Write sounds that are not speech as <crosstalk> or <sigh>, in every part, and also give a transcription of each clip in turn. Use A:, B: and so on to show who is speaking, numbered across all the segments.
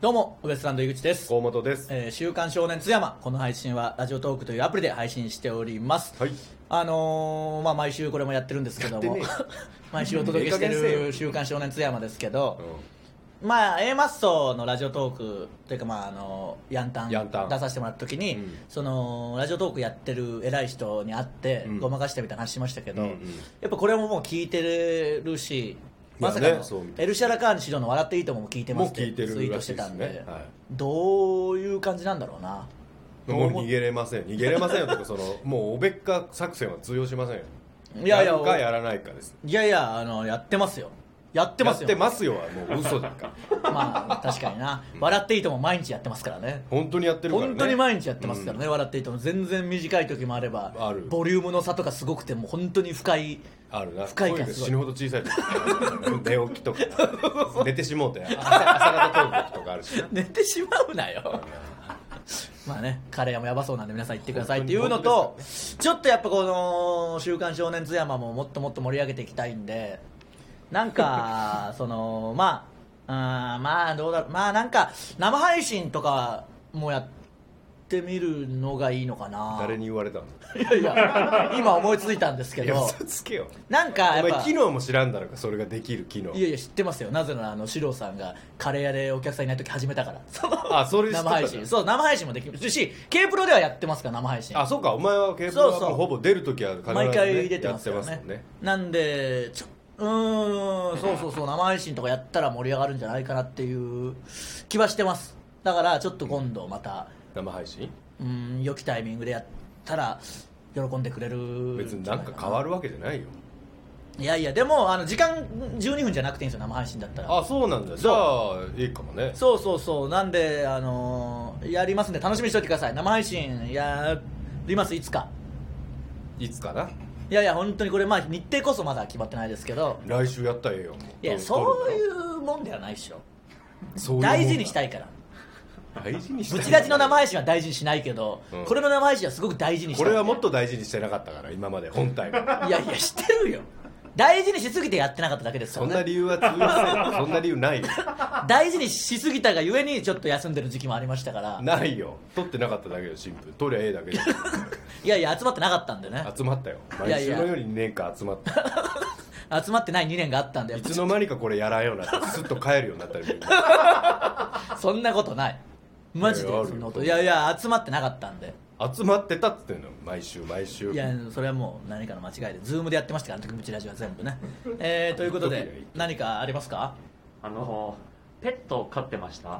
A: どうもウエストランド井口です、
B: 河本です。
A: えー週刊少年津山この配信はラジオトークというアプリで配信しております、
B: はい。
A: あのーまあ毎週これもやってるんですけど
B: やっ
A: も
B: てね
A: <laughs> 毎週お届けして
B: ええ加減せえ
A: る
B: よ
A: 週刊少年津山ですけど、
B: う
A: まあ A マッソのラジオトークというかまああのヤンタン出
B: ヤンタン
A: させてもらった時に、
B: うん
A: そのラジオトークやってる偉い人に会って
B: うん
A: ごまかしてみたいな話しましたけど、
B: うんうん
A: やっぱこれももう聞いてるしまさか
B: いや
A: の、
B: ねそうみたい
A: エルシャラカーニ指導の「笑っていいとも」も聞いてますって
B: もう聞いてる
A: ツイートしてたんで
B: らしいですねはい
A: どういう感じなんだろうな。
B: ん。もう逃げれません。逃げれませんよ。と <laughs> かそのもうおべっか作戦は通用しませんよ。
A: いやいや
B: るかやらないかです。
A: いやいやあのやってますよやってますよ
B: やってますよはもう嘘だから。
A: まあ確かにな「笑っていいとも」毎日やってますからね
B: 本当にやってるからね。
A: 本当に毎日やってますからね、笑っていいとも全然短い時もあれば
B: ある
A: ボリュームの差とかすごくてもう本当に深い
B: あるな
A: 深いから
B: 声が
A: すごい
B: 死ぬほど小さい時
A: <laughs>
B: 寝起きとか寝てしもうて朝朝方トークとかあるし
A: <laughs>
B: な
A: 寝てしまうなよ <laughs> まあねカレー屋もやばそうなんで皆さん行ってくださいっていうの
B: 本
A: と、ちょっとやっぱこの「週刊少年津山」ももっともっと盛り上げていきたいんでなん
B: <laughs>
A: かそのまあうんまあどうだろうまあなんか生配信とかもやってみるのがいいのかな
B: 誰に言われたの
A: いやいや今思いついたんですけ
B: いや
A: ど
B: 嘘つけよ
A: なん
B: お
A: かや
B: 前
A: っぱ
B: 機能も知らんだろうかそれができる機能
A: いやいや知ってますよなぜならあの四郎さんがカレー屋でお客さんいない時始めた
B: <laughs>
A: からその
B: あそれ知って
A: 生
B: たん
A: 配
B: だ
A: 信そう生配信もできるし k プロではやってますから生配信
B: あそうかお前は k p
A: そう
B: o
A: そう
B: p ほぼ出る時は必ずね
A: 毎回出てますから
B: や
A: ね
B: ってもんね
A: なんでちょうーんそうそうそう生配信とかやったら盛り上がるんじゃないかなっていう気はしてますだからちょっと今度また
B: 生配信
A: うん良きタイミングでやったら喜んでくれる
B: 別になんか変わ
A: る
B: るわけじゃないよ
A: いやいやでもあの時間12分じゃなくていいんですよ生配信だったら
B: あそうなんだじゃあいいかもね
A: そうそうそうなんであのーやりますんで楽しみにしておいてください生配信やりますいつか
B: いつかない
A: やいや本当にこれまあ日程こそまだ決まってないですけど
B: 来週やったらええよ
A: いやそういうもんではないでしょ大事にした
B: い
A: いから
B: 大事にしたい
A: ブチラジの生配信は大事にしないけど、
B: うん
A: これの生配信はすごく大事にした
B: こ
A: い
B: れはもっと大事にしてなかったから今まで本
A: <laughs>
B: 体が
A: いやいやしてるよ大事にしすぎてやってなかっただけです
B: そ
A: よ
B: んな
A: ね
B: 理由は通用せんそんな理由ないよ
A: 大事にしすぎたがゆえにちょっと休んでる時期もありましたから
B: ないよ取ってなかっただけよ新聞取りゃええだけで
A: いやいや集まってなかったんでね
B: 集まったよ
A: いや
B: 毎
A: い
B: 週
A: や
B: のように2年間集まった
A: 集まってない2年があったんでや
B: い
A: っぱ
B: つの間にかこれやらんようになってスッと帰るようになったりみんな
A: そんなことないマジで
B: いやいやあるよ
A: そんなこといやいや集まってなかったんで
B: 集まってたっつってんの毎週毎週
A: いやそれはもう何かの間違いでズームでやってましたからあの時ブチラジは全部ね、えー、ということ
B: どこがい
A: で
B: い
A: 何かありますか
C: あのペットを飼ってました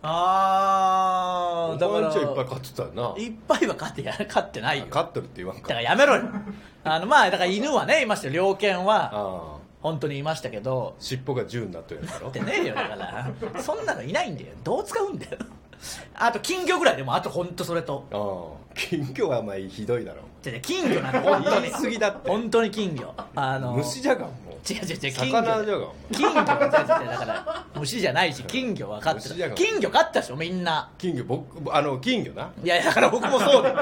A: あ
B: お
A: ーだか
B: 前ん
A: ら
B: ちはいっぱい買ってたよない
A: っぱいは飼って
B: <laughs>
A: や飼ってないよだ
B: 飼ってるって言わん
A: か
B: から
A: やめろよあのまあだから犬はねいましたよ猟犬は
B: ああ
A: 本当にいましたけど
B: 尻尾が10になってるやつだろ
A: ってねえよだからそんなのいないんだよどう使うんだよあと金魚ぐらいでもあと本当それと
B: ああ金魚はまあひどいだろ
A: 違う違う金魚なんだ本当に
B: 言い過ぎだって
A: 本当に金魚あの
B: 虫じゃがんもう
A: 違う違う違う金魚
B: 魚じゃがんお前
A: 金魚は違う違うだから虫じゃないし金魚分かって
B: 虫じゃ
A: た
B: が
A: 金魚飼ってたでしょみんな
B: 金魚僕あの金魚ない
A: やいやだから僕もそうだよ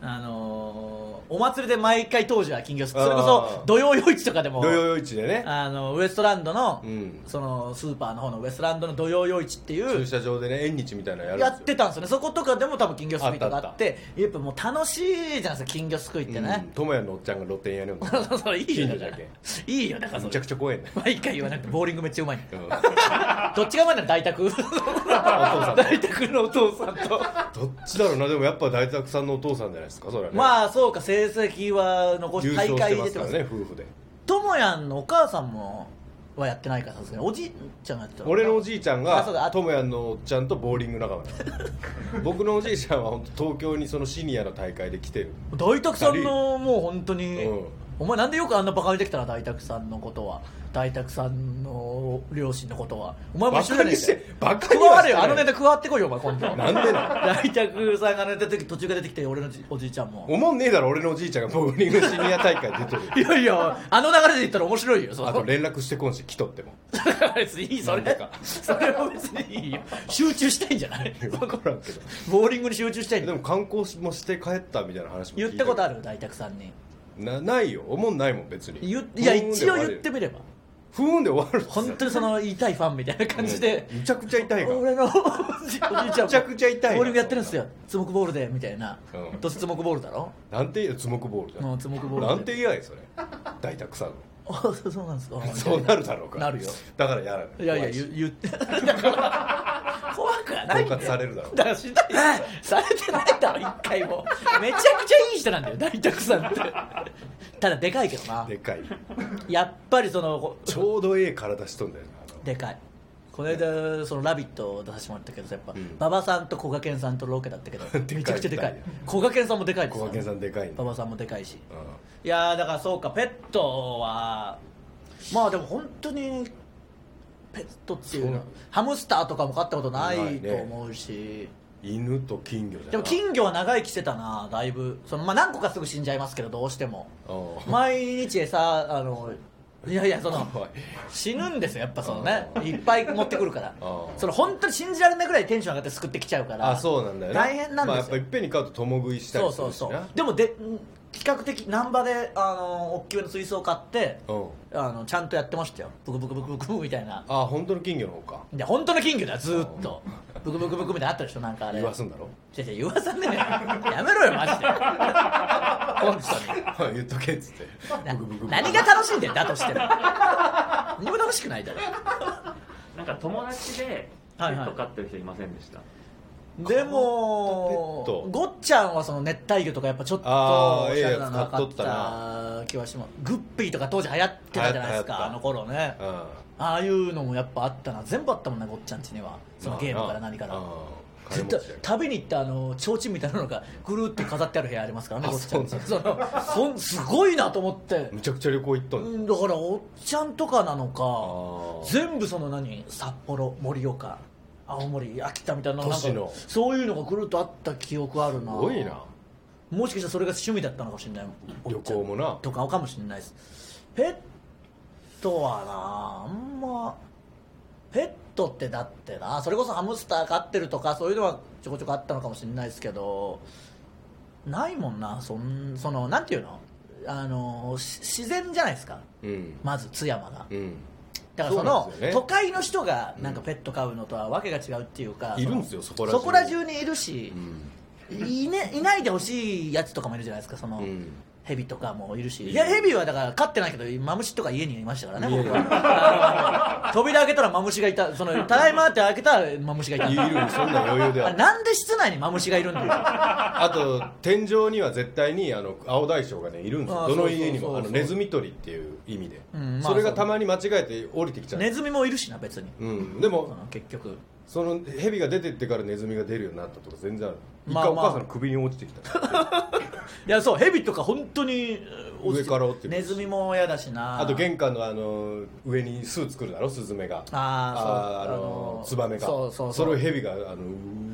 A: あのーお祭りで毎回当時は金魚それこそ
B: あー
A: 土曜夜市とかでも
B: <laughs> 土曜夜市でね
A: あのウエストランドの、
B: うん
A: そのスーパーの方のウエストランドの土曜夜市ってい
B: 駐
A: う
B: 車場でね縁日みたいなのやるんです
A: や
B: よ
A: ってたんですよねそことかでも多分金魚すくいとかあって
B: あった
A: やっぱもう楽しいじゃないですか金魚すくいってね、
B: 友也のおっちゃんが露店やるんだ
A: <laughs> そうそういいよだ
B: 金魚じ
A: か
B: ゃ
A: ら
B: けん
A: いいよだからそ
B: め
A: れ
B: ちゃくちゃ怖いね
A: 毎回言わなくてボーリングめっちゃうまいんだよ
B: うん
A: どっちがうまいの大
B: <laughs>
A: 宅 <laughs> 大宅のお父さんと
B: どっちだろうなでもやっぱ大作さんのお父さんじゃないですかそれはね
A: まあそうか成績は残
B: 優
A: し
B: 勝
A: 大
B: し
A: 会
B: てま
A: 出
B: す
A: て
B: か
A: ま
B: ら
A: す
B: ね夫婦で
A: ともやんのお母さんもはやってないからさすがにおじいちゃんがやってた
B: 俺のおじいちゃん
A: あそうだ
B: が
A: あ
B: 智也のおっちゃんとボーリング仲間なの僕のおじいちゃんは本当東京にそのシニアの大会で来てる
A: 大宅さんのもう本当に、
B: うん
A: お前なんでよくあんなバカにできたな大宅さんのことは大宅さんの両親のことはお前も一緒じゃねえかよ
B: バカ
A: 加
B: には
A: わ
B: して
A: る
B: な
A: よ
B: い
A: あのネタ加わってこいよお前今度
B: なんでだ
A: 大宅さんが寝た時途中から出てきて俺のじおじいちゃんも
B: おもんねえだろ俺のおじいちゃんがボーリングシニア大会出てる
A: いやいやあの流れで言ったら面白いよそ
B: あ
A: の
B: と連絡してこんし来とっても
A: 別にいいそれ
B: なんか
A: それは別にいいよ集中したいんじゃ
B: <laughs>
A: ない
B: 分からんけど
A: ボーリングに集中したいん
B: で
A: だ
B: も観光もして帰ったみたいな話も聞い
A: 言
B: る
A: ったことある大宅さんに
B: なないよおもんないもん別に
A: 言っいや一応言ってみれば
B: ふーんで終わる
A: 本当にその痛いファンみたいな感じで
B: むちゃくちゃ痛いから
A: 俺の <laughs> おじいちゃんも
B: めちゃくちゃ痛いな
A: ボーリングやってるんですよつもくボールでみたいな
B: うん
A: どうせつもくボールだろ
B: なんて言うよつもくボールじゃ
A: うん
B: ん
A: つもくボール
B: なんて言えないそれ大
A: <laughs>
B: 体草の
A: あそうそうなんですか
B: <laughs> そうなるだろうから
A: なるよ
B: だからやらない
A: いやいや
B: 怖し
A: 言言って <laughs> 怖くはないんだよ
B: 恫喝されるだろう
A: だからしないされてないだろ一回もめちゃくちゃいい人なんだよ大沢さんってただでかいけどな
B: でかい
A: やっぱりそのこ
B: ちょうどええ体しとんだよなあの
A: でかいこの間その「ラビット!」出させてもらったけどやっぱ
B: ん
A: 馬場、さんとこがけんさんとロケだったけど
B: <laughs> でかい
A: めちゃくちゃでかいこがけんさんもでかいです
B: こがけんさんでかいね
A: 馬場さんもでかいし
B: うん
A: いやーだからそうかペットはまあでも本当にペットっていうのは
B: そう
A: ハムスターとかも飼ったことな
B: ない
A: い
B: ね
A: と思うし、
B: 犬と金魚じゃな
A: でも金魚は長生きしてたなだいぶその、まあ、何個かすぐ死んじゃいますけどどうして
B: <laughs>
A: も
B: おう
A: 毎日餌あのいやいや
B: <laughs>
A: その
B: おい
A: 死ぬんですよやっぱそのねいっぱい持ってくるから
B: <laughs> ああ
A: その本当に信じられないぐらいテンション上がって救ってきちゃうから
B: あそうなんだよね
A: 大変なんですよ
B: まあ、やっぱいっぺんに飼うと共食いした
A: そう
B: りす
A: そ
B: る
A: う
B: し
A: そ
B: な
A: うでもでん比較的難波であの大きめの水槽買って
B: うん
A: あのちゃんとやってましたよブクブクブクブクみたいな
B: あ本当の金魚の方か
A: で本当の金魚だよずーっとブクブクブクみたいなのあったでしょなんかあれ
B: 言わすんだろ
A: 違う違う言わさねえよやめろよマジで本当に
B: <laughs> 言っとけっつって
A: な
B: ブクブクブク
A: 何が楽しいんだよだとしても何も楽しくないだろ
C: なんか友達でペ
A: はいはい
C: ット飼ってる人いませんでした、
A: で
B: ペッ
A: も
B: ト
A: ごっちゃんはその熱帯魚とかやっぱちょっと
B: あー
A: おしゃれなの
B: ええやつ買っとった
A: かった気はしますグッピーとか当時流行ってたじゃないです
B: 流行った流行った
A: かあの頃ね
B: うん
A: ああいうのもやっぱあったな全部あったもんなごっちゃんちにはそのゲームから何から
B: うん
A: 絶
B: 金
A: 対
B: 持ちだよ
A: 旅に行ってあの提灯みたいなのがぐるって飾ってある部屋ありますからね
B: あ
A: ごっちゃんち
B: そう
A: そのそんすごいなと思って
B: むちゃくちゃ旅行行っと
A: うん
B: だ
A: んだからおっちゃんとかなの
B: あ
A: か
B: ー
A: 全部その何札幌盛岡青森秋田みたいななんか
B: 都市の
A: そういうのがぐるっとあった記憶あるな
B: すごいな
A: もしかしたらそれが趣味だったのかもしれない
B: 旅行もな
A: とかかもしれないですペットはなあんまペットってだってなそれこそハムスター飼ってるとかそういうのはちょこちょこあったのかもしれないですけどないもんなそんそのなんていうのあのし自然じゃないですか
B: うん
A: まず津山が
B: うん
A: だからそ
B: そうなん
A: の
B: ですよね
A: 都会の人がなんかペット飼うのとはわけが違うっていうか
B: いるんですよそこら
A: そこら中にいるし、いね、いないでほしいやつとかもいるじゃないですかその、
B: うん
A: ヘビとかもいるし
B: いる
A: いやヘビはだから飼ってないけどマムシとか家にいましたからね僕はあの扉開けたらマ <laughs> ムシがいたそのただいまって開けたらマムシがいた
B: いるそんな余裕で
A: あ
B: は
A: なんで室内にマムシがいるんだ
B: <laughs>
A: よ
B: あと天井には絶対にあの青大将がねいるんです
A: あー
B: よど
A: そ
B: の
A: うそうそう
B: 家にもあの
A: そう
B: ネズミ捕りっていう意味で、
A: うんまあ
B: それがたまに間違えて降りてきちゃう、
A: ネズミもいるしな別に、
B: うん、で
A: そ
B: も
A: の結局
B: そのヘビが出てってからネズミが出るようになったとか全然ある一
A: まあ
B: 回お
A: まあ
B: 母さんの首に落ちてきた、
A: いやそうヘビとか本当に
B: 上から落ちてくる
A: ネズミも嫌だしな
B: あと玄関のあの上に巣作るだろスズメが
A: あーそう
B: ーあ
A: あの
B: の
A: ー
B: ツバメが
A: そうそうそう
B: れをヘビがあのう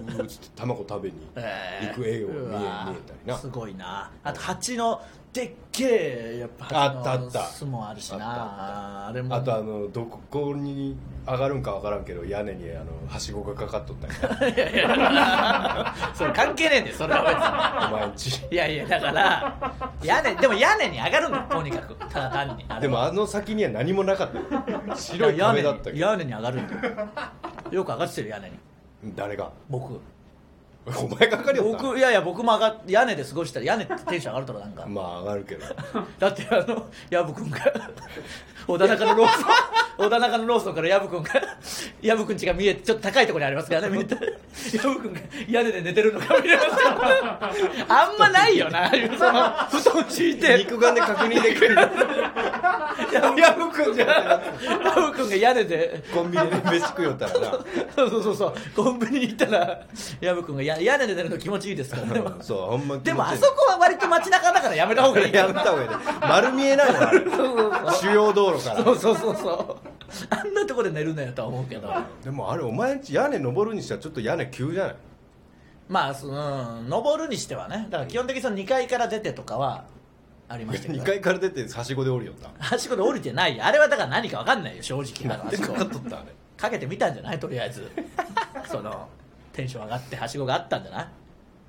B: ーっつって卵食べに
A: <laughs>
B: 行く絵を見え,、
A: うわー
B: 見えたりな
A: すごいなあと蜂のでっけえやっぱ蜂の
B: あったあった
A: 巣もあるしな
B: あった
A: あれも <laughs>
B: あとあのどこに上がるんか分からんけど屋根にあのはしごがかかっとった
A: <laughs>
B: りな
A: それ関係ねえんだよそれは別に
B: お前んち
A: いやいやだから屋根でも屋根に上がるんだよとにかくただ単にあれ
B: でも
A: は
B: あの先には何もなかったよ白い
A: 屋根
B: 壁
A: に
B: だったけど
A: 屋根に上がるんだよよく上がってるよ屋根に
B: 誰が
A: 僕
B: お前がかかりよった
A: 僕いやいや僕も上が屋根で過ごしたら屋根ってテンション上がるとかなんか
B: まあ上がるけど
A: だってあの薮君が小田中のローソン小田中のローソンから薮君が薮君家が見えてちょっと高いところにありますからね見えて薮君が屋根で寝てるのか見れますからあんまないよなああいうその布団敷いて
B: 肉眼で確認できるやぶくんじゃない
A: 薮君が屋根で
B: コンビニで飯食いよったら
A: <laughs>
B: な
A: そうそうそうそうコンビニに行ったら薮君がや屋根で寝るの気持ちいいですからね
B: うんそうほんま気持ちいい
A: でもあそこは割と街中だからやめた方がいい
B: やめた方がいいね丸見えないのあれ
A: そうそうそう
B: 主要道路から
A: そうそうそうそうあんなとこで寝るのやとは思うけど
B: でもあれお前んち屋根登るにしてはちょっと屋根急じゃない
A: まあそうん登るにしてはねだから基本的にその2階から出てとかはありましたけど
B: 2階から出てはしごで降りよった
A: はしごで降りてないよあれはだから何か分かんないよ正直だから
B: で
A: はし
B: か
A: ご
B: かっとったあれ
A: かけてみたんじゃないとりあえずそのテンション上がってはしごがあったんじゃない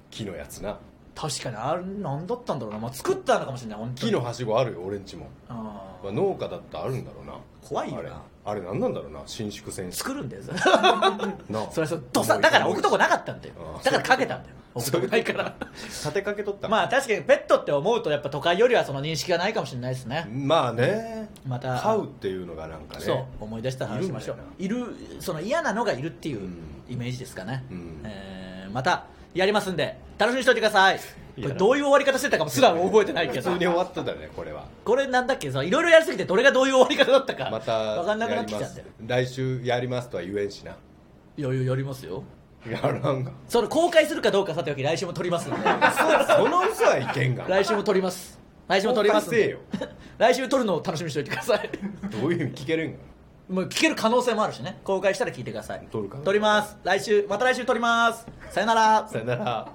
B: 木のやつな
A: 確かにあれ何だったんだろうな、まあ、作ったのかもしれない本当
B: 木
A: に
B: のはしごあるよ俺んちも
A: うん
B: まあ、農家だってあるんだろうな
A: 怖いよな
B: あれあれ何なんだろうな伸縮選手
A: 作るんだよそれ <laughs>
B: な
A: それそうどさだから置くとこなかったんだよ
B: ああ
A: だからかけたんだよ置くとこないから
B: 立てかけとった
A: まあ確かにペットって思うとやっぱ都会よりはその認識がないかもしれないですね、
B: まあね
A: また
B: 飼うっていうのがなんかね
A: そう思い出したら話しましょういるその嫌なのがいるっていう
B: うん
A: イメージですかね、
B: うん
A: えーまたやりますんで楽しみにしておいてください
B: い
A: こ
B: や
A: れどういう終わり方してたかもすら覚えてないけ
B: 普
A: ど
B: 通に終わってたねこれは
A: これなんだっけそのいろいろやりすぎてどれがどういう終わり方だったか
B: また
A: 分かんなくな
B: や
A: っ
B: り
A: てき
B: ま
A: たんだよ
B: す来週やりますとは言えんしな
A: 余裕やりますよ
B: やらんが <laughs>
A: その公開するかどうかさておき来週も撮りますんで
B: その嘘はいけんが
A: 来週も撮ります来週も撮りますんで
B: 公開せえよ
A: <laughs> 来週撮るのを楽しみにしておいてください <laughs>
B: どういう意味聞けるんが
A: もう聞ける可能性もあるしね公開したら聞いてください
B: 撮るか
A: 撮ります来週また来週撮りますさよなら
B: さよなら